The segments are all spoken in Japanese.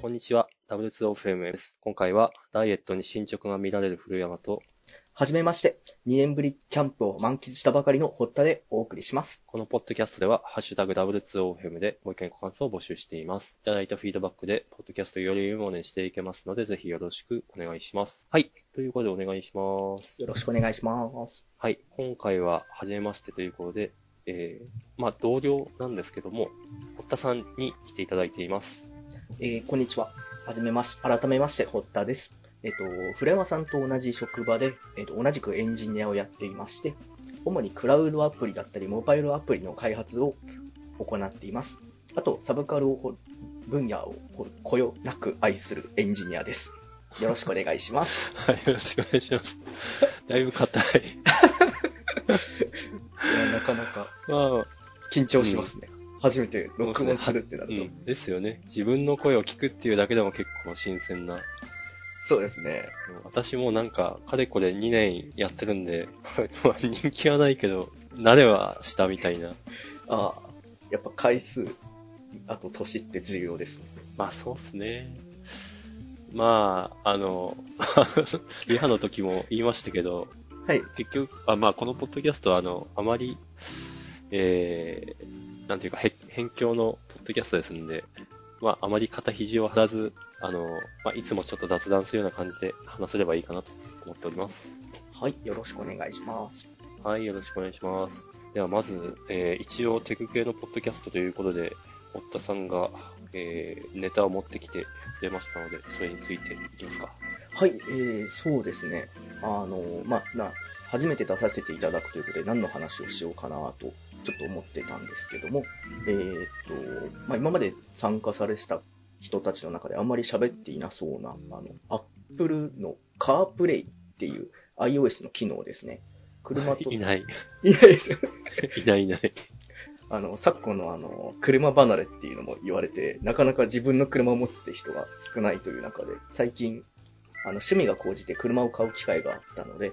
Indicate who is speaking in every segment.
Speaker 1: こんにちは。W2OFM です。今回はダイエットに進捗が見られる古山と、
Speaker 2: はじめまして、2年ぶりキャンプを満喫したばかりの堀田でお送りします。
Speaker 1: このポッドキャストでは、ハッシュタグ W2OFM でご意見ご感想を募集しています。いただいたフィードバックで、ポッドキャストをより有能にしていけますので、ぜひよろしくお願いします。はい。ということでお願いします。
Speaker 2: よろしくお願いします。
Speaker 1: はい。今回は、はじめましてということで、えー、まあ、同僚なんですけども、堀田さんに来ていただいています。
Speaker 2: えー、こんにちは。はじめまし、改めまして、堀田です。えっ、と、古山さんと同じ職場で、えっ、と、同じくエンジニアをやっていまして、主にクラウドアプリだったり、モバイルアプリの開発を行っています。あと、サブカルをほ、分野をほこよなく愛するエンジニアです。よろしくお願いします。
Speaker 1: はい。よろしくお願いします。だいぶ 硬い。
Speaker 2: いや、なかなか
Speaker 1: まあ、
Speaker 2: 緊張しますね。初めて録音するってなると。
Speaker 1: うん、ですよね。自分の声を聞くっていうだけでも結構新鮮な。
Speaker 2: そうですね。
Speaker 1: 私もなんか、かれこれ2年やってるんで、 まあ人気はないけど、慣れはしたみたいな。
Speaker 2: ああ、やっぱ回数、あと年って重要ですね。
Speaker 1: まあそうっすね。まあ、あの、 リハの時も言いましたけど、
Speaker 2: はい。
Speaker 1: 結局、あまあ、このポッドキャストは、あの、あまり、えー、なんていうか、へ辺境のポッドキャストですんで、まあ、あまり肩肘を張らず、あの、まあ、いつもちょっと雑談するような感じで話せればいいかなと思っております。
Speaker 2: はい、よろしくお願いします。
Speaker 1: はい、よろしくお願いします。では、まず、えー一応、テク系のポッドキャストということで、堀田さんが、えー、ネタを持ってきてくれましたので、それについていきますか。
Speaker 2: はい、えー、そうですね。あの、まあ、な、初めて出させていただくということで、何の話をしようかなと、ちょっと思ってたんですけども、えーっと、まあ、今まで参加されてた人たちの中であんまり喋っていなそうな、あの、Apple の CarPlay っていう iOS の機能ですね。車と、
Speaker 1: いない、
Speaker 2: いないですよ
Speaker 1: いないいない。
Speaker 2: あの、昨今のあの、車離れっていうのも言われて、なかなか自分の車を持つって人が少ないという中で、最近、あの、趣味が高じて車を買う機会があったので、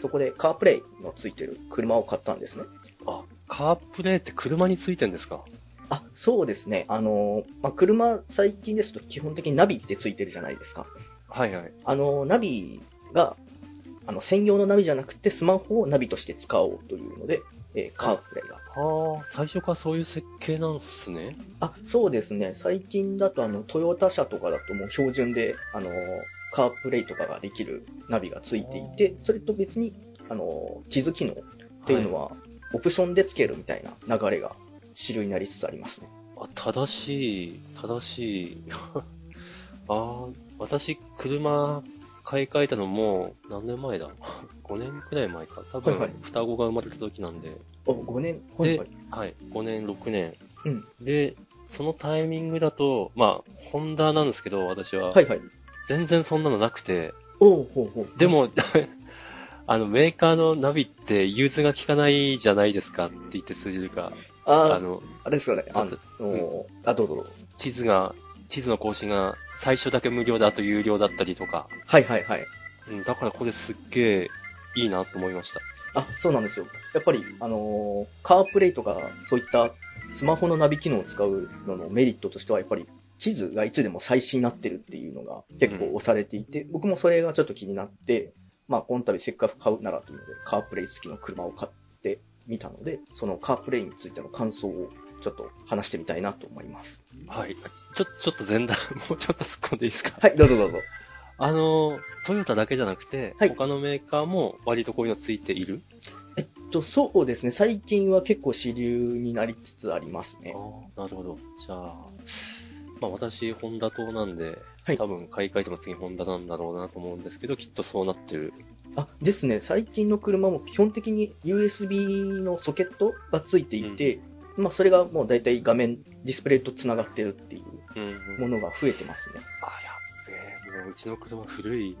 Speaker 2: そこでカープレイのついてる車を買ったんですね。
Speaker 1: あ、カープレイって車についてんですか
Speaker 2: あ、そうですね。あの、まあ、車最近ですと基本的にナビってついてるじゃないですか。
Speaker 1: はいはい。
Speaker 2: あの、ナビが、あの、専用のナビじゃなくてスマホをナビとして使おうというので、えーカープレイが
Speaker 1: ああ、最初からそういう設計なんすね。
Speaker 2: あ、そうですね。最近だと、あの、トヨタ車とかだともう標準で、あの、カープレイとかができるナビがついていて、それと別に、あの、地図機能っていうのは、オプションでつけるみたいな流れが主流になりつつありますね。
Speaker 1: あ、正しい、正しい。 ああ、私、車買い替えたのもう何年前だ ?5 年くらい前か。多分、
Speaker 2: はいはい
Speaker 1: 双子が生まれた時なんで。
Speaker 2: お、5年、
Speaker 1: で
Speaker 2: はい、
Speaker 1: はい、5年、6年。
Speaker 2: うん。
Speaker 1: で、そのタイミングだと、まあ、ホンダなんですけど、私は。
Speaker 2: はいはい。
Speaker 1: 全然そんなのなくて。
Speaker 2: おうほうほう。
Speaker 1: で、も、 あの、メーカーのナビって融通が効かないじゃないですかって言って通じるか、あ
Speaker 2: あ、
Speaker 1: の、
Speaker 2: あれですよね。あの
Speaker 1: ちょっ、
Speaker 2: あ、どうぞどうぞ。
Speaker 1: 地図が、地図の更新が最初だけ無料だと有料だったりとか、
Speaker 2: はいはいはい。
Speaker 1: うん、だからこれすっげえいいなと思いました。
Speaker 2: あ、そうなんですよ。やっぱり、あのーカープレイとか、そういったスマホのナビ機能を使うののメリットとしては、やっぱり地図がいつでも最新になってるっていうのが結構押されていて、僕もそれがちょっと気になって、まあ、この度せっかく買うならというので、カープレイ付きの車を買ってみたので、そのカープレイについての感想をちょっと話してみたいなと思います。
Speaker 1: はい。ちょ、ちょっと前段、 もうちょっと突っ込んでいいですか
Speaker 2: はい、どうぞどうぞ。
Speaker 1: あの、トヨタだけじゃなくて、
Speaker 2: はい
Speaker 1: 他のメーカーも割とこういうのついている
Speaker 2: えっと、そうですね。最近は結構主流になりつつありますね。
Speaker 1: あなるほど。じゃあ、まあ私、ホンダ党なんで、
Speaker 2: はい
Speaker 1: 多分買い替えても次ホンダなんだろうなと思うんですけど、きっとそうなってる。
Speaker 2: あですね、最近の車も基本的に USB のソケットがついていて、まあ、それがもう大体画面、ディスプレイとつながってるっていう
Speaker 1: うん、
Speaker 2: ものが増えてますね。
Speaker 1: あ、やっべえ、もううちの 車古い。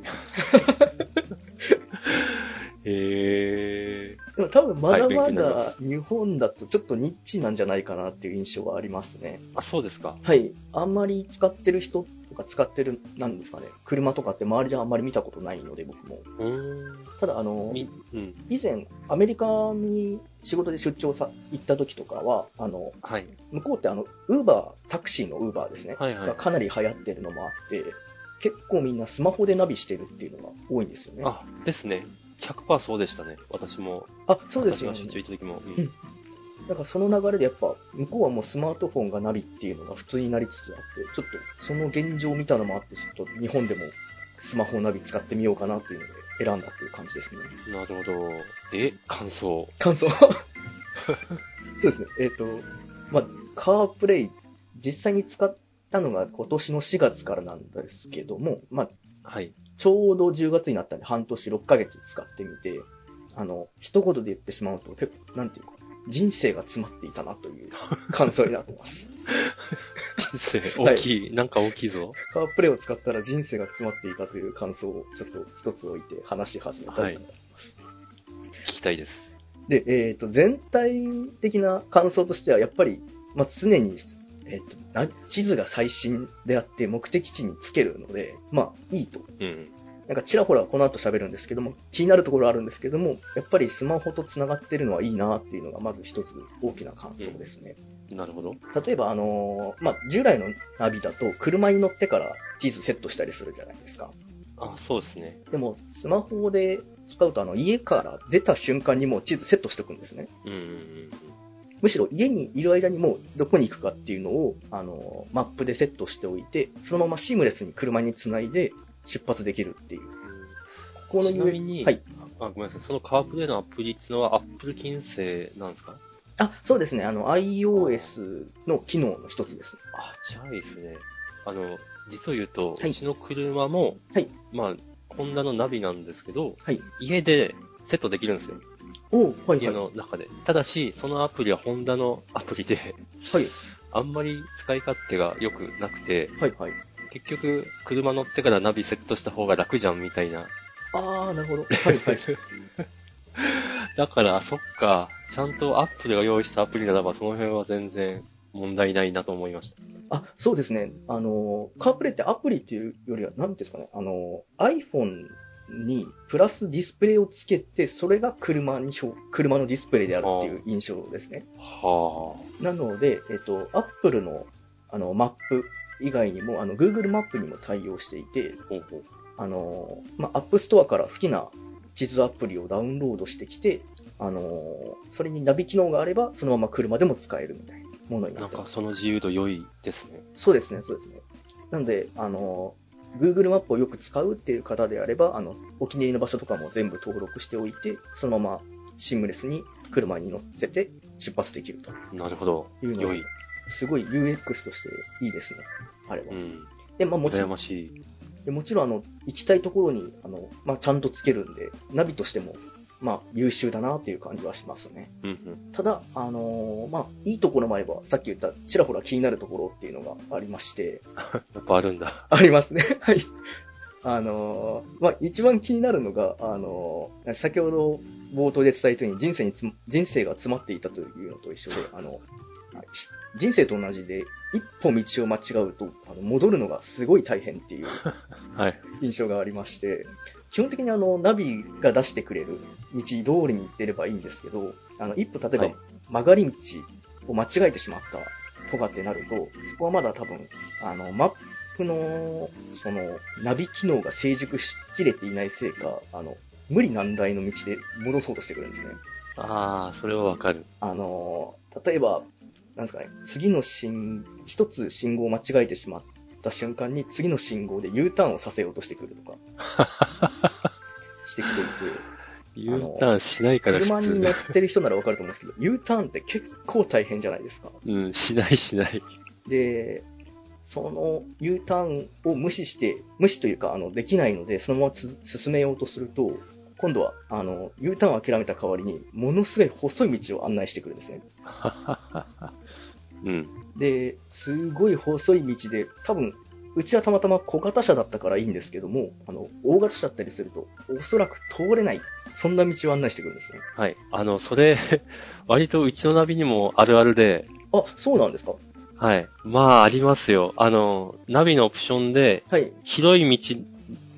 Speaker 1: へえ
Speaker 2: でも多分まだ
Speaker 1: はい勉強
Speaker 2: ま
Speaker 1: になりま
Speaker 2: だ
Speaker 1: す
Speaker 2: 日本だとちょっとニッチなんじゃないかなっていう印象はありますね。
Speaker 1: あ、そうですか。
Speaker 2: はい。あんまり使ってる人とか使ってる、なんですかね、車とかって周りであんまり見たことないので僕も。
Speaker 1: うーん。
Speaker 2: ただ、あの、
Speaker 1: み、うん。
Speaker 2: 以前アメリカに仕事で出張さ行った時とかは、あの、
Speaker 1: はい。
Speaker 2: 向こうってあの、ウーバー、タクシーのウーバーですね。
Speaker 1: はいは
Speaker 2: が
Speaker 1: い。
Speaker 2: かなり流行ってるのもあって、結構みんなスマホでナビしてるっていうのが多いんですよね。あ、
Speaker 1: あ、ですね。100%そうでしたね。私も。
Speaker 2: そうですよね
Speaker 1: 私。が出張行った時も。うん
Speaker 2: うんだからその流れでやっぱ、向こうはもうスマートフォンがナビっていうのが普通になりつつあって、ちょっとその現状みたいなのもあって、ちょっと日本でもスマホナビ使ってみようかなっていうので選んだっていう感じですね。
Speaker 1: なるほど。で、感想。
Speaker 2: 感想そうですね。えっ、と、まあ、カープレイ、実際に使ったのが今年の4月からなんですけども、まあ、
Speaker 1: はい。
Speaker 2: ちょうど10月になったんで、半年6ヶ月使ってみて、あの、一言で言ってしまうと、結構、なんていうか、人生が詰まっていたなという感想になってます。
Speaker 1: 人生、
Speaker 2: はい
Speaker 1: 大きい。なんか大きいぞ。
Speaker 2: カープレイを使ったら人生が詰まっていたという感想をちょっと一つ置いて話し始めたいと思います。
Speaker 1: 聞きたいです。
Speaker 2: で、えっ、と、全体的な感想としては、やっぱり、まあ、常に、えっ、とな、地図が最新であって、目的地につけるので、まあ、いいと
Speaker 1: うん。
Speaker 2: なんかちらほらこの後喋るんですけども、気になるところあるんですけども、やっぱりスマホと繋がってるのはいいなっていうのがまず一つ大きな感想ですね。
Speaker 1: なるほど。
Speaker 2: 例えばあのーまあ、従来のナビだと車に乗ってから地図セットしたりするじゃないですか。
Speaker 1: あ、そうですね。
Speaker 2: でもスマホで使うとあの家から出た瞬間にもう地図セットしておくんですね。
Speaker 1: うんうんうん
Speaker 2: むしろ家にいる間にもうどこに行くかっていうのを、あのーマップでセットしておいて、そのままシームレスに車に繋いで出発できるっていう。
Speaker 1: う
Speaker 2: こ
Speaker 1: ん。
Speaker 2: の
Speaker 1: ちなみに、
Speaker 2: はい。
Speaker 1: あ、ごめんなさい。そのカープレイのアプリっていうのは、アップル金星なんですか
Speaker 2: あ、そうですね。あの、iOS の機能の一つです。
Speaker 1: あ、じゃあいいですね。あの、実を言うと、
Speaker 2: はいう
Speaker 1: ちの車も、
Speaker 2: はい
Speaker 1: まあ、ホンダのナビなんですけど、
Speaker 2: はい。
Speaker 1: 家でセットできるんですよ。
Speaker 2: おはい
Speaker 1: 家の中で。ただし、そのアプリはホンダの アプリで、
Speaker 2: はい。
Speaker 1: あんまり使い勝手が良くなくて、
Speaker 2: はい、はい。
Speaker 1: 結局、車乗ってからナビセットした方が楽じゃんみたいな。
Speaker 2: あー、なるほど。はい、はい。
Speaker 1: だから、そっか、ちゃんとアップルが用意したアプリならば、その辺は全然問題ないなと思いました。
Speaker 2: あ、そうですね。あの、カープレイってアプリっていうよりは、なんていうんですかね。あの、iPhone にプラスディスプレイをつけて、それが車に表、車のディスプレイであるっていう印象ですね。
Speaker 1: は
Speaker 2: なので、えっと、Apple の、あの、マップ以外にも、あの、Google マップにも対応していて、
Speaker 1: あ。ほうほう。
Speaker 2: あの、まあ、アップストアから好きな地図アプリをダウンロードしてきて、あの、それにナビ機能があれば、そのまま車でも使えるみたいなものにな
Speaker 1: な
Speaker 2: っ
Speaker 1: ん
Speaker 2: てま
Speaker 1: か、
Speaker 2: す。
Speaker 1: その自由度良いですね。
Speaker 2: そうですね、そうですね。なので、あの、Google マップをよく使うっていう方であれば、あの、お気に入りの場所とかも全部登録しておいて、そのままシームレスに車に乗せて出発できると
Speaker 1: なるほど。
Speaker 2: いうの
Speaker 1: 良
Speaker 2: が
Speaker 1: い。、
Speaker 2: すごい UX としていいですね、あれは
Speaker 1: う。ん。
Speaker 2: で、まあ、もちろ
Speaker 1: 羨
Speaker 2: ん、
Speaker 1: ましい。
Speaker 2: でもちろんあの行きたいところにあの、まあ、ちゃんとつけるんで、ナビとしても、まあ、優秀だなっていう感じはしますね。
Speaker 1: うんうん。
Speaker 2: ただ、あのーまあ、いいところもあれば、さっき言ったちらほら気になるところっていうのがありまして、
Speaker 1: やっぱあるん だ。
Speaker 2: ありますね。はい。あのーまあ、一番気になるのが、あのー先ほど冒頭で伝えたように人生につ、人生が詰まっていたというのと一緒で、あの、ひ人生と同じで、一歩道を間違うと、あの戻るのがすごい大変っていう
Speaker 1: はい。
Speaker 2: 印象がありまして、基本的にあのナビが出してくれる道通りに行ってればいいんですけど、あの一歩例え
Speaker 1: は
Speaker 2: ば
Speaker 1: い
Speaker 2: 曲がり道を間違えてしまったとかってなると、そこはまだ多分、あのマップのそのナビ機能が成熟しきれていないせいか、あの無理難題の道で戻そうとしてくるんですね。
Speaker 1: ああ、それはわか る。
Speaker 2: あの例えば、なんですかね、次の信、一つ信号を間違えてしまった瞬間に次の信号で U ターンをさせようとしてくるとか、してきていて、
Speaker 1: U ターンしないから
Speaker 2: 車
Speaker 1: 普
Speaker 2: に
Speaker 1: 通
Speaker 2: 乗。ってる人ならわかると思うんですけど、U ターンって結構大変じゃないですか。
Speaker 1: うん、しないし ない。
Speaker 2: で、その U ターンを無視して、無視というか、あの、できないので、そのままつ進めようとすると、今度は、あの、U ターンを諦めた代わりに、ものすごい細い道を案内してくるんですね。
Speaker 1: うん。
Speaker 2: で、すごい細い道で、多分、うちはたまたま小型車だったからいいんですけども、あの、大型車だったりすると、おそらく通れない、そんな道を案内してくるんですね。
Speaker 1: はい。あの、それ、 割とうちのナビにもあるあるで、
Speaker 2: あ、そうなんですか
Speaker 1: はい。まあ、ありますよ。あの、ナビのオプションで、
Speaker 2: はい、
Speaker 1: 広い道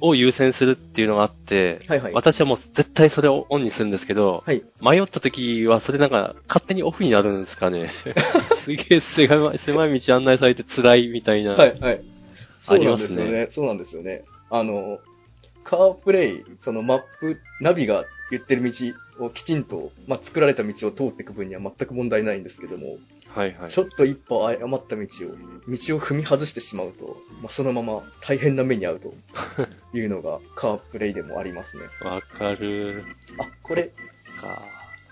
Speaker 1: を優先するっていうのがあって、
Speaker 2: はい、はい。
Speaker 1: 私はもう絶対それをオンにするんですけど、
Speaker 2: はい
Speaker 1: 迷った時はそれなんか勝手にオフになるんですかね。 すげえ狭い狭い道案内されて辛いみたいな。
Speaker 2: はい、はい。そ
Speaker 1: あ
Speaker 2: う
Speaker 1: り
Speaker 2: なん
Speaker 1: ま
Speaker 2: ですす
Speaker 1: ね
Speaker 2: よね。そうなんですよね。あの、カープレイ、そのマップ、ナビが言ってる道をきちんと、まあ、作られた道を通っていく分には全く問題ないんですけども、
Speaker 1: はいはい
Speaker 2: ちょっと一歩誤った道を、道を踏み外してしまうと、まあ、そのまま大変な目に遭うと いうのがカープレイでもありますね。
Speaker 1: わかる
Speaker 2: あ、これ、
Speaker 1: か。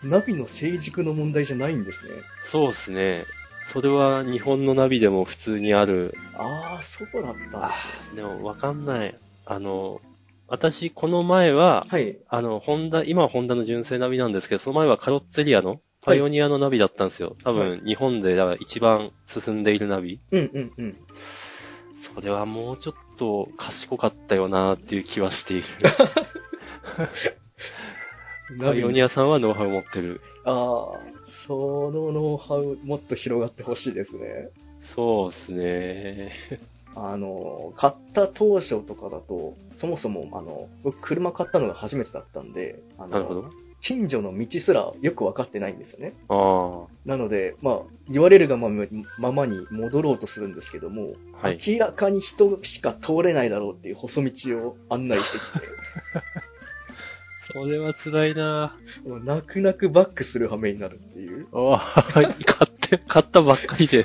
Speaker 2: ナビの成熟の問題じゃないんですね。
Speaker 1: そうですね。それは日本のナビでも普通にある。
Speaker 2: ああ、そうだったんですね。
Speaker 1: あーでもわかんない。あの、私、この前は、
Speaker 2: はい。
Speaker 1: あの、ホンダ、今はホンダの純正ナビなんですけど、その前はカロッツェリアのパイオニアのナビだったんですよ。多
Speaker 2: は
Speaker 1: 分、日本でだから一番進んでいるナビ。
Speaker 2: うんうんうん。
Speaker 1: それはもうちょっと賢かったよなっていう気はして いる。パ
Speaker 2: ナビ
Speaker 1: イ
Speaker 2: の
Speaker 1: オニアさんはノウハウ持ってる。
Speaker 2: ああ、そのノウハウ、もっと広がってほしいですね。
Speaker 1: そうですね。
Speaker 2: あの、買った当初とかだと、そもそも、あの、僕車買ったのが初めてだったんで、あ
Speaker 1: なるほ
Speaker 2: の、近所の道すらよく分かってないんですよね。
Speaker 1: ど。
Speaker 2: なので、まあ、言われるがままままに戻ろうとするんですけども、
Speaker 1: ああ。はい。
Speaker 2: 明らかに人しか通れないだろうっていう細道を案内してきて、
Speaker 1: それは辛いな
Speaker 2: もう泣く泣くバックする羽目になるっていう、
Speaker 1: ああ、 買って、買ったばっかりで。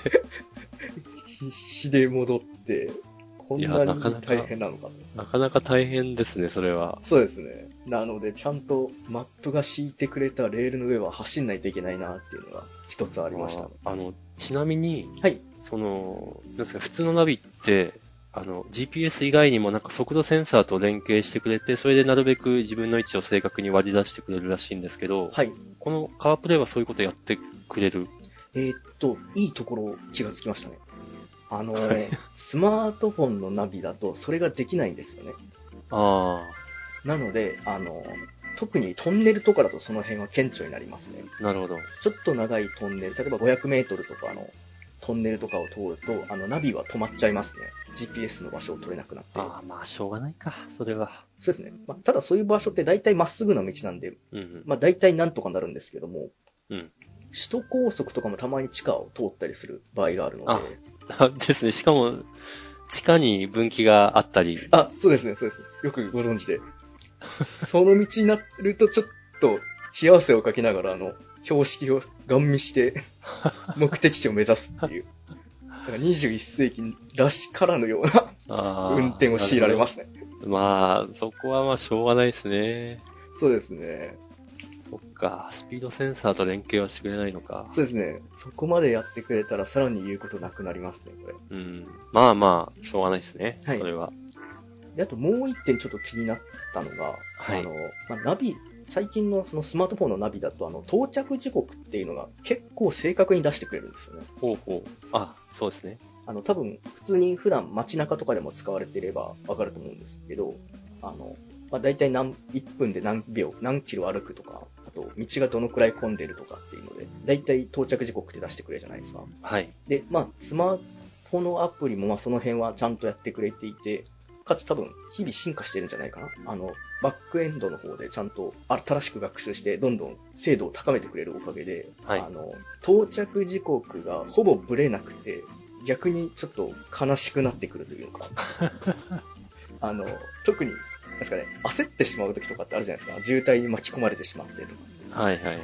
Speaker 2: 必死で戻って、こん
Speaker 1: いや
Speaker 2: な
Speaker 1: なかな
Speaker 2: に
Speaker 1: か
Speaker 2: 大変なのかと。
Speaker 1: なかなか大変ですね、それは。
Speaker 2: そうですね。なので、ちゃんとマップが敷いてくれたレールの上は走んないといけないなっていうのが一つあ
Speaker 1: あ
Speaker 2: りました。は
Speaker 1: あの、ちなみに、
Speaker 2: い。
Speaker 1: その、なんですか、普通のナビって、あの、GPS 以外にもなんか速度センサーと連携してくれて、それでなるべく自分の位置を正確に割り出してくれるらしいんですけど、
Speaker 2: はい。
Speaker 1: このカープレイはそういうことやってくれる。
Speaker 2: えーっと、いいところ気がつきましたね。あのー、スマートフォンのナビだとそれができないんですよね。
Speaker 1: あ
Speaker 2: なので、あのー、特にトンネルとかだとその辺は顕著になりますね。
Speaker 1: あ、なるほど。
Speaker 2: ちょっと長いトンネル、例えば500メートルとかのトンネルとかを通ると、あの、ナビは止まっちゃいますね。GPS の場所を取れなくなって。
Speaker 1: ああ、まあ、しょうがないか、それは。
Speaker 2: そうですね。まあ、ただそういう場所って大体まっすぐな道なんで、
Speaker 1: うんうん。
Speaker 2: まあ、大体なんとかなるんですけども、
Speaker 1: うん
Speaker 2: 首都高速とかもたまに地下を通ったりする場合があるの
Speaker 1: あ
Speaker 2: で、
Speaker 1: ですね、しかも、地下に分岐があったり、
Speaker 2: あそうですね、そうです。よくご存知 で。その道になると、ちょっと冷や汗をかきながら、あの、標識をガン 見して、目的地を目指すっていう。だから21世紀らしからぬような
Speaker 1: ああ。
Speaker 2: 運転を強いられますすね。
Speaker 1: まあ、そこはまあ、しょうがないですね。
Speaker 2: そうですね。
Speaker 1: そっか、スピードセンサーと連携はしてくれないのか。
Speaker 2: そうですね。そこまでやってくれたら、さらに言うことなくなりますね、これ。
Speaker 1: うん。まあまあ、しょうがないですね。
Speaker 2: はい
Speaker 1: それは。
Speaker 2: で、あともう一点ちょっと気になったのが、
Speaker 1: はい
Speaker 2: あの、まあ、ナビ、最近のそのスマートフォンのナビだと、あの、到着時刻っていうのが結構正確に出してくれるんですよね。
Speaker 1: ほうほう。あ、そうですね。
Speaker 2: あの、多分、普通に普段街中とかでも使われていればわかると思うんですけど、あの、まあ、大体何、1分で何秒、何キロ歩くとか、あと、道がどのくらい混んでるとかっていうので、大体到着時刻って出してくれるじゃないですか。
Speaker 1: はい。
Speaker 2: で、まあ、スマホのアプリも、まあ、その辺はちゃんとやってくれていて、かつ多分、日々進化してるんじゃないかな。あの、バックエンドの方でちゃんと新しく学習して、どんどん精度を高めてくれるおかげで、
Speaker 1: はい
Speaker 2: あの、到着時刻がほぼブレなくて、逆にちょっと悲しくなってくるという か、あの、特に、なんですかね、焦ってしまう時とかってあるじゃないですか。渋滞に巻き込まれてしまってとか。
Speaker 1: はいはい。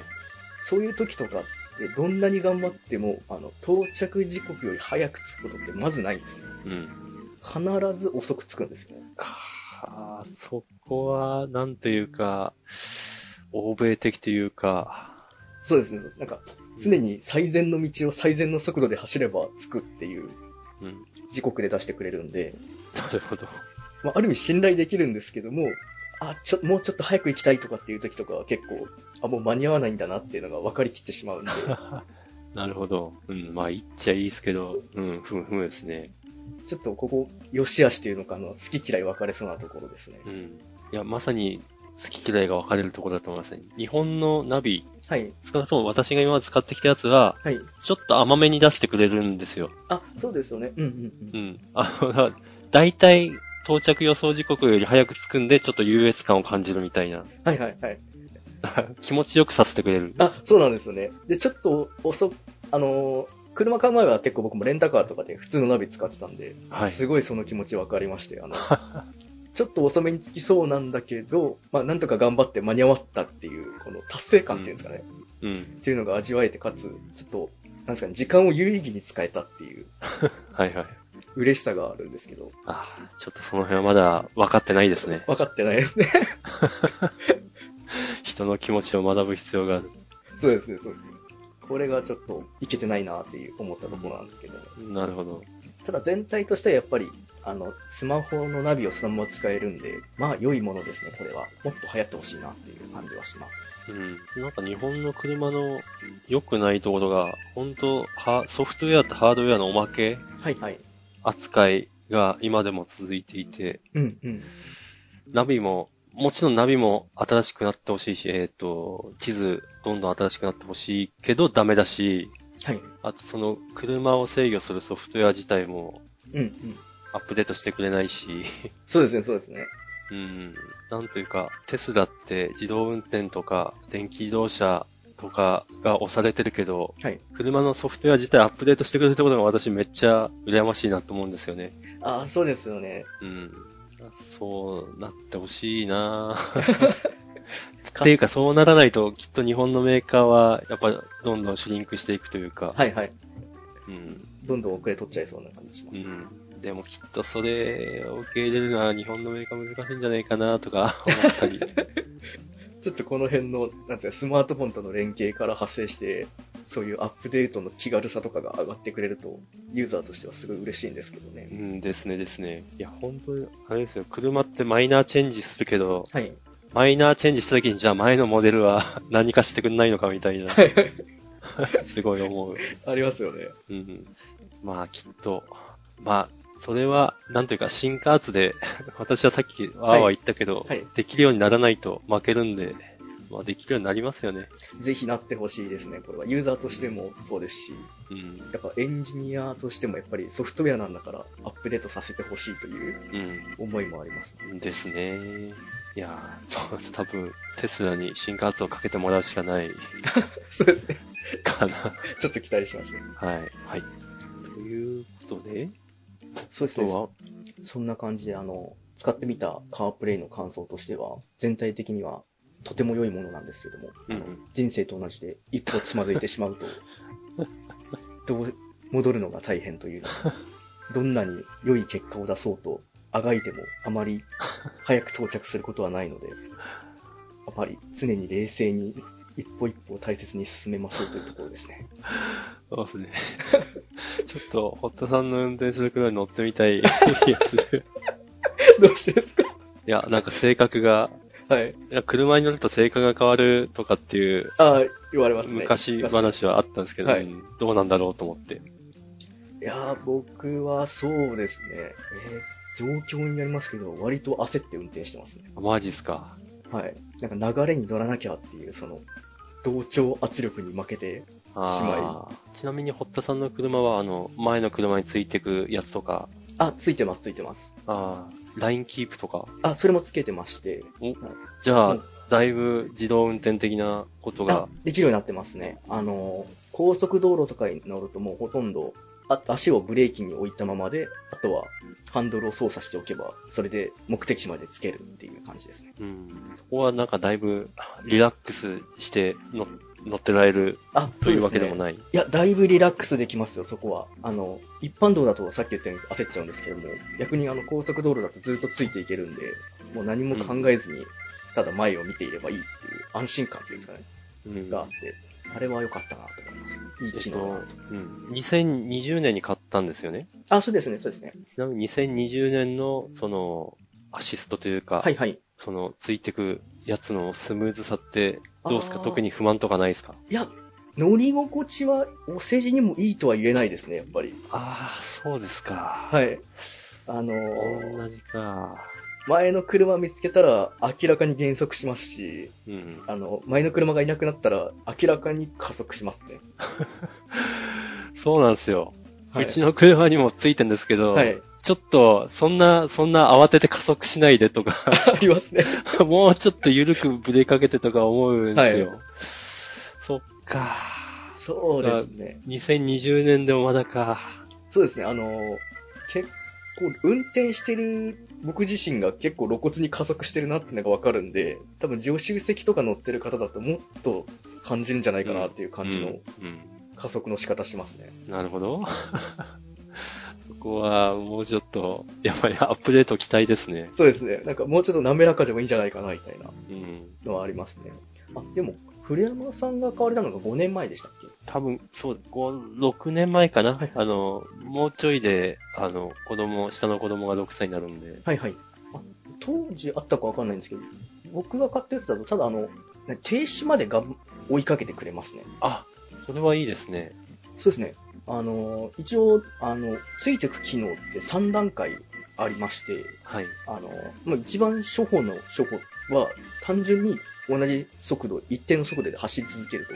Speaker 2: そういう時とかって、どんなに頑張っても、あの、到着時刻より早く着くことってまずないんですね。
Speaker 1: うん。
Speaker 2: 必ず遅く着くんですね。
Speaker 1: かそこは、なんていうか、欧米的というか、
Speaker 2: そうですね。そうですなんか、常に最善の道を最善の速度で走れば着くっていう
Speaker 1: うん。
Speaker 2: 時刻で出してくれるんで、
Speaker 1: なるほど。
Speaker 2: まあ、ある意味信頼できるんですけども、あ、ちょ、もうちょっと早く行きたいとかっていう時とかは結構、あ、もう間に合わないんだなっていうのが分かりきってしまうんで、
Speaker 1: なるほど。うん。まあ、言っちゃいいですけど、うん、ふむふむですね。
Speaker 2: ちょっとここ、良し悪しというのか、あの、好き嫌い分かれそうなところですね。
Speaker 1: うん。いや、まさに好き嫌いが分かれるところだと思いますね。日本のナビ、
Speaker 2: はい。
Speaker 1: 少なくとも私が今まで使ってきたやつは、
Speaker 2: はい。
Speaker 1: ちょっと甘めに出してくれるんですよ。
Speaker 2: あ、そうですよね。うんうん
Speaker 1: う
Speaker 2: う。
Speaker 1: んん。あの、だいたい到着予想時刻より早く着くんで、ちょっと優越感を感じるみたいな。
Speaker 2: はいはいはい。
Speaker 1: 気持ちよくさせてくれる。
Speaker 2: あ、そうなんですよね。で、ちょっと遅、あのー車買う前は結構僕もレンタカーとかで普通のナビ使ってたんで、
Speaker 1: はい
Speaker 2: すごいその気持ち分かりまし て、あの、ちょっと遅めに着きそうなんだけど、まあ、なんとか頑張って間に合わったっていう、この達成感っていうんですかね、
Speaker 1: うん。
Speaker 2: っていうのが味わえて、かつ、ちょっと、なんですかね、時間を有意義に使えたっていう
Speaker 1: はいはい。
Speaker 2: 嬉しさがあるんですけど、
Speaker 1: あーちょっとその辺はまだ分かってないですね。
Speaker 2: 分かってないですね。
Speaker 1: 人の気持ちを学ぶ必要がある。
Speaker 2: そうですね、そうですね。これがちょっといけてないなっていう思ったところなんですけど、
Speaker 1: なるほど。
Speaker 2: ただ全体としてはやっぱり、あの、スマホのナビをそのまま使えるんで、まあ良いものですね、これは。もっと流行ってほしいなっていう感じはします。
Speaker 1: うん。なんか日本の車の良くないところが、本当はソフトウェアとハードウェアのおまけ
Speaker 2: はいはい。
Speaker 1: 扱いが今でも続いていて、
Speaker 2: うんうん。
Speaker 1: ナビも、もちろんナビも新しくなってほしいし、えっ、と、地図どんどん新しくなってほしいけどダメだし、
Speaker 2: はい。
Speaker 1: あとその車を制御するソフトウェア自体も
Speaker 2: うんうん。
Speaker 1: アップデートしてくれないし、
Speaker 2: そうですね、そうですね。
Speaker 1: うん、なんというか、テスラって自動運転とか電気自動車とかが押されてるけど、
Speaker 2: はい。
Speaker 1: 車のソフトウェア自体アップデートしてくれるところが私めっちゃ羨ましいなと思うんですよね。
Speaker 2: ああ、そうですよね。
Speaker 1: うん。そうなってほしい なぁっていうか、そうならないと、きっと日本のメーカーは、やっぱ、どんどんシュリンクしていくというか、
Speaker 2: はいはい。
Speaker 1: うん。
Speaker 2: どんどん遅れ取っちゃいそうな感じしま
Speaker 1: う
Speaker 2: す。
Speaker 1: ん。でも、きっとそれを受け入れるのは、日本のメーカー難しいんじゃないかなとか思った り。
Speaker 2: ちょっとこの辺の、なんつうか、スマートフォンとの連携から発生して、そういうアップデートの気軽さとかが上がってくれると、ユーザーとしてはすごい嬉しいんですけど
Speaker 1: う
Speaker 2: ね。
Speaker 1: んですねですね。いや、本当に、あれですよ、車ってマイナーチェンジするけど、
Speaker 2: はい。
Speaker 1: マイナーチェンジした時に、じゃあ前のモデルは 何かしてくんないのかみたいな、 すごい思う。
Speaker 2: ありますよね。
Speaker 1: うん。まあ、きっと、まあ、それは、なんというか、新開発で、 私はさっき、ああは言ったけど、
Speaker 2: はい
Speaker 1: できるようにならないと負けるんで、まあ、できるようになりますよね。
Speaker 2: ぜひなってほしいですね、これは。ユーザーとしてもそうですし、
Speaker 1: うん。
Speaker 2: やっぱエンジニアとしてもやっぱりソフトウェアなんだからアップデートさせてほしいという
Speaker 1: う
Speaker 2: 思いもありますね。
Speaker 1: ん。ですね。いやー、 多分、テスラに新開発をかけてもらうしかない
Speaker 2: そうですね。
Speaker 1: かな。
Speaker 2: ちょっと期待しましょう。
Speaker 1: はい。はい。ということで、
Speaker 2: そうです
Speaker 1: 今日
Speaker 2: ね。
Speaker 1: は、
Speaker 2: そんな感じで、あの、使ってみたカープレイの感想としては、全体的にはとても良いものなんですけども、
Speaker 1: うん
Speaker 2: あの人生と同じで一歩つまずいてしま うと、どう戻るのが大変というのは、どんなに良い結果を出そうと、あがいてもあまり早く到着することはないので、あまり常に冷静に一歩一歩大切に進めましょうというところですね。
Speaker 1: そうですね。 ちょっと、堀田さんの運転する車に乗ってみたい気がす る。
Speaker 2: どうしてですか
Speaker 1: いや、なんか性格が、
Speaker 2: はい。
Speaker 1: いや車に乗ると性格が変わるとかっていう
Speaker 2: ああ、言われますね。
Speaker 1: 昔話はあったんですけど、
Speaker 2: はい
Speaker 1: うんどうなんだろうと思って。
Speaker 2: いやー、僕はそうですね。えー、状況になりますけど、割と焦って運転してますね。
Speaker 1: マジっすか。
Speaker 2: はい。なんか流れに乗らなきゃっていう、その、同調圧力に負けて、
Speaker 1: あーちなみに堀田さんの車は、あの、前の車についてくやつとか、
Speaker 2: あ、ついてます、ついてます。
Speaker 1: あーラインキープとか。
Speaker 2: あ、それもつけてまして、
Speaker 1: じゃ
Speaker 2: う
Speaker 1: あ
Speaker 2: ん、
Speaker 1: だいぶ自動運転的なこと
Speaker 2: あ
Speaker 1: が、
Speaker 2: できるようになってますね。あのー、高速道路とかに乗るともうほとんど、あ足をブレーキに置いたままで、あとはハンドルを操作しておけば、それで目的地までつけるっていう感じですね。
Speaker 1: うん、そこはなんかだいぶリラックスしての乗ってられる
Speaker 2: あ、
Speaker 1: と
Speaker 2: そ
Speaker 1: いう
Speaker 2: うですね
Speaker 1: わけでもない。
Speaker 2: いや、だいぶリラックスできますよ、そこは。あの、一般道だとさっき言ったように焦っちゃうんですけども、逆にあの高速道路だとずっとついていけるんで、もう何も考えずに、ただ前を見ていればいいっていう安心感っていうんですかね、
Speaker 1: うん
Speaker 2: があって、あれは良かったなと思います。いい
Speaker 1: え
Speaker 2: 機
Speaker 1: っ
Speaker 2: 能だ
Speaker 1: と
Speaker 2: なと。、
Speaker 1: うん、2020年に買ったんですよね。
Speaker 2: あ、そうですね、そうですね。
Speaker 1: ちなみに2020年のそのアシストというか、
Speaker 2: はいはい。
Speaker 1: そのついてくやつのスムーズさってどうですか
Speaker 2: あー
Speaker 1: 特に不満とかないですか
Speaker 2: いや、乗り心地はお世辞にもいいとは言えないですね、やっぱり。
Speaker 1: ああ、そうですか。
Speaker 2: はい。あのー
Speaker 1: 同じか。
Speaker 2: 前の車見つけたら明らかに減速しますし、
Speaker 1: うん。
Speaker 2: あの、前の車がいなくなったら明らかに加速しますね。
Speaker 1: そうなんですよ。
Speaker 2: はいう
Speaker 1: ちの車にもついてんですけど、
Speaker 2: はい。
Speaker 1: ちょっと、そんな、そんな慌てて加速しないでとか、
Speaker 2: ありますね。
Speaker 1: もうちょっと緩くブレーキかけてとか思うんですよ。
Speaker 2: は
Speaker 1: そっか。
Speaker 2: そうですね。
Speaker 1: 2020年でもまだか。
Speaker 2: そうですね、あのー、結構、運転してる僕自身が結構露骨に加速してるなっていうのがわかるんで、多分助手席とか乗ってる方だともっと感じるんじゃないかなっていう感じの
Speaker 1: うんうん
Speaker 2: 加速の仕方しますね。
Speaker 1: なるほど。 そこは、もうちょっと、やっぱりアップデート期待ですね。
Speaker 2: そうですね、なんかもうちょっと滑らかでもいいんじゃないかなみたいな
Speaker 1: うん。
Speaker 2: のはありますね。あ、でも、古山さんが買われたのが5年前でしたっけ
Speaker 1: 多分、そう、5、6年前かな、
Speaker 2: はい
Speaker 1: あの、もうちょいで、あの、子供、下の子供が6歳になるんで。
Speaker 2: はいはい。あ当時あったかわかんないんですけど、僕が買ったやつだと、ただあの、停止までがん追いかけてくれますね。
Speaker 1: あ、それはいいですね。
Speaker 2: そうですね。あの、一応、あの、ついてく機能って3段階ありまして、
Speaker 1: はい。
Speaker 2: あの、まあ、一番初歩の初歩は、単純に同じ速度、一定の速度で走り続ける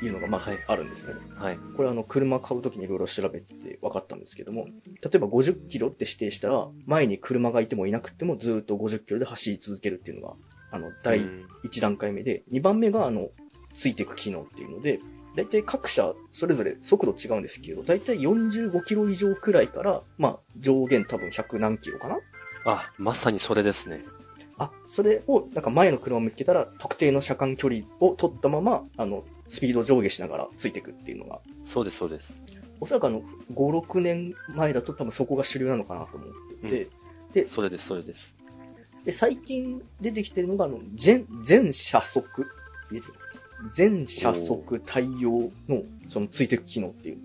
Speaker 2: というのが、ま
Speaker 1: はい
Speaker 2: あ、あるんですね。
Speaker 1: はい。
Speaker 2: これ、あの、車買うときにいろいろ調べて分かったんですけども、例えば50キロって指定したら、前に車がいてもいなくてもずーっと50キロで走り続けるっていうのが、あの、第
Speaker 1: うん
Speaker 2: 1段階目で、2番目があのついていく機能っていうので、大体各社それぞれ速度違うんですけど、大体45キロ以上くらいから、まあ上限多分100何キロかな
Speaker 1: あ、まさにそれですね。
Speaker 2: あ、それをなんか前の車を見つけたら特定の車間距離を取ったまま、あの、スピード上下しながらついていくっていうのが、
Speaker 1: そうです、そうです。
Speaker 2: おそらくあの、5、6年前だと多分そこが主流なのかなと思ってて、
Speaker 1: それです、それです。
Speaker 2: で、最近出てきてるのが、あの、全、全車速、言えてる全車速対応の、その、ついてく機能っていう、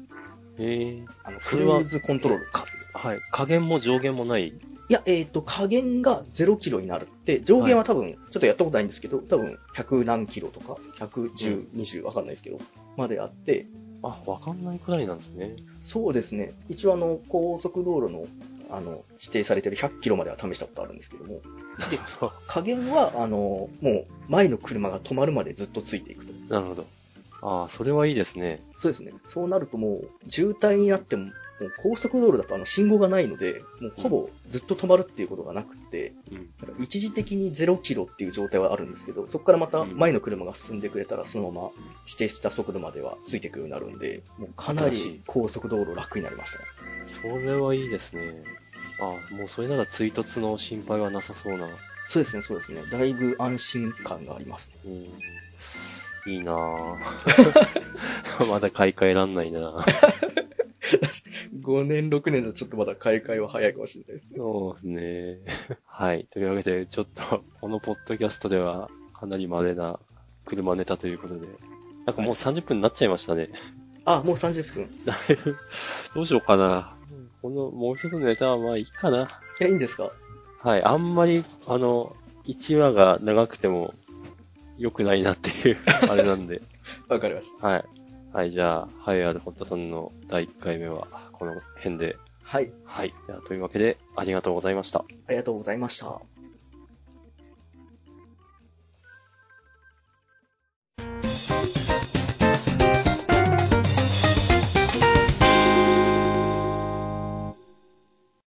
Speaker 1: へえ。
Speaker 2: あの、
Speaker 1: そ
Speaker 2: ク
Speaker 1: れ
Speaker 2: ル
Speaker 1: は
Speaker 2: ーズコントロールか。
Speaker 1: はい。加減も上限もない。
Speaker 2: いや、えっ、と、加減が0キロになるって、上限は多分、ちょっとやったことないんですけど、多分、100何キロとか、110、20、わかんないですけど、まであって、
Speaker 1: あ、わかんないくらいなんですね。
Speaker 2: そうですね、一応あの、高速道路の、あの、指定されてる100キロまでは試したことあるんですけども、加減は、あの、もう、前の車が止まるまでずっとついていくと。
Speaker 1: なるほど。ああ、それはいいですね。
Speaker 2: そうですね。そうなるともう、渋滞になっても、もう高速道路だとあの信号がないので、もうほぼずっと止まるっていうことがなくて、
Speaker 1: うん。
Speaker 2: だから一時的に0キロっていう状態はあるんですけど、そこからまた前の車が進んでくれたら、そのまま指定した速度まではついていくようになるんで、もうかな
Speaker 1: 新しい
Speaker 2: り高速道路楽になりましたね。
Speaker 1: それはいいですね。あもうそれなら追突の心配はなさそうな。
Speaker 2: そうですね、そうですね。だいぶ安心感がありますね。
Speaker 1: うん。いいなぁ。 まだ買い替えらんないなぁ。
Speaker 2: 5年、6年とちょっとまだ買い替えは早いかもしれないですね。
Speaker 1: そうですね。はい。というわけで、ちょっと、このポッドキャストでは、かなり稀な車ネタということで。なんかもう30分になっちゃいましたね。
Speaker 2: あ、もう30分。
Speaker 1: だいぶ、どうしようかな。この、もう一つのネタはまあいいかな。
Speaker 2: え、いいんですか
Speaker 1: はい。あんまり、あの、1話が長くても良くないなっていう、 あれなんで。
Speaker 2: わかりました。
Speaker 1: はい。はい、じゃあ、はい、あるホットさんの第1回目は、この辺で。
Speaker 2: はい。
Speaker 1: はい。ではというわけで、ありがとうございました。
Speaker 2: ありがとうございました。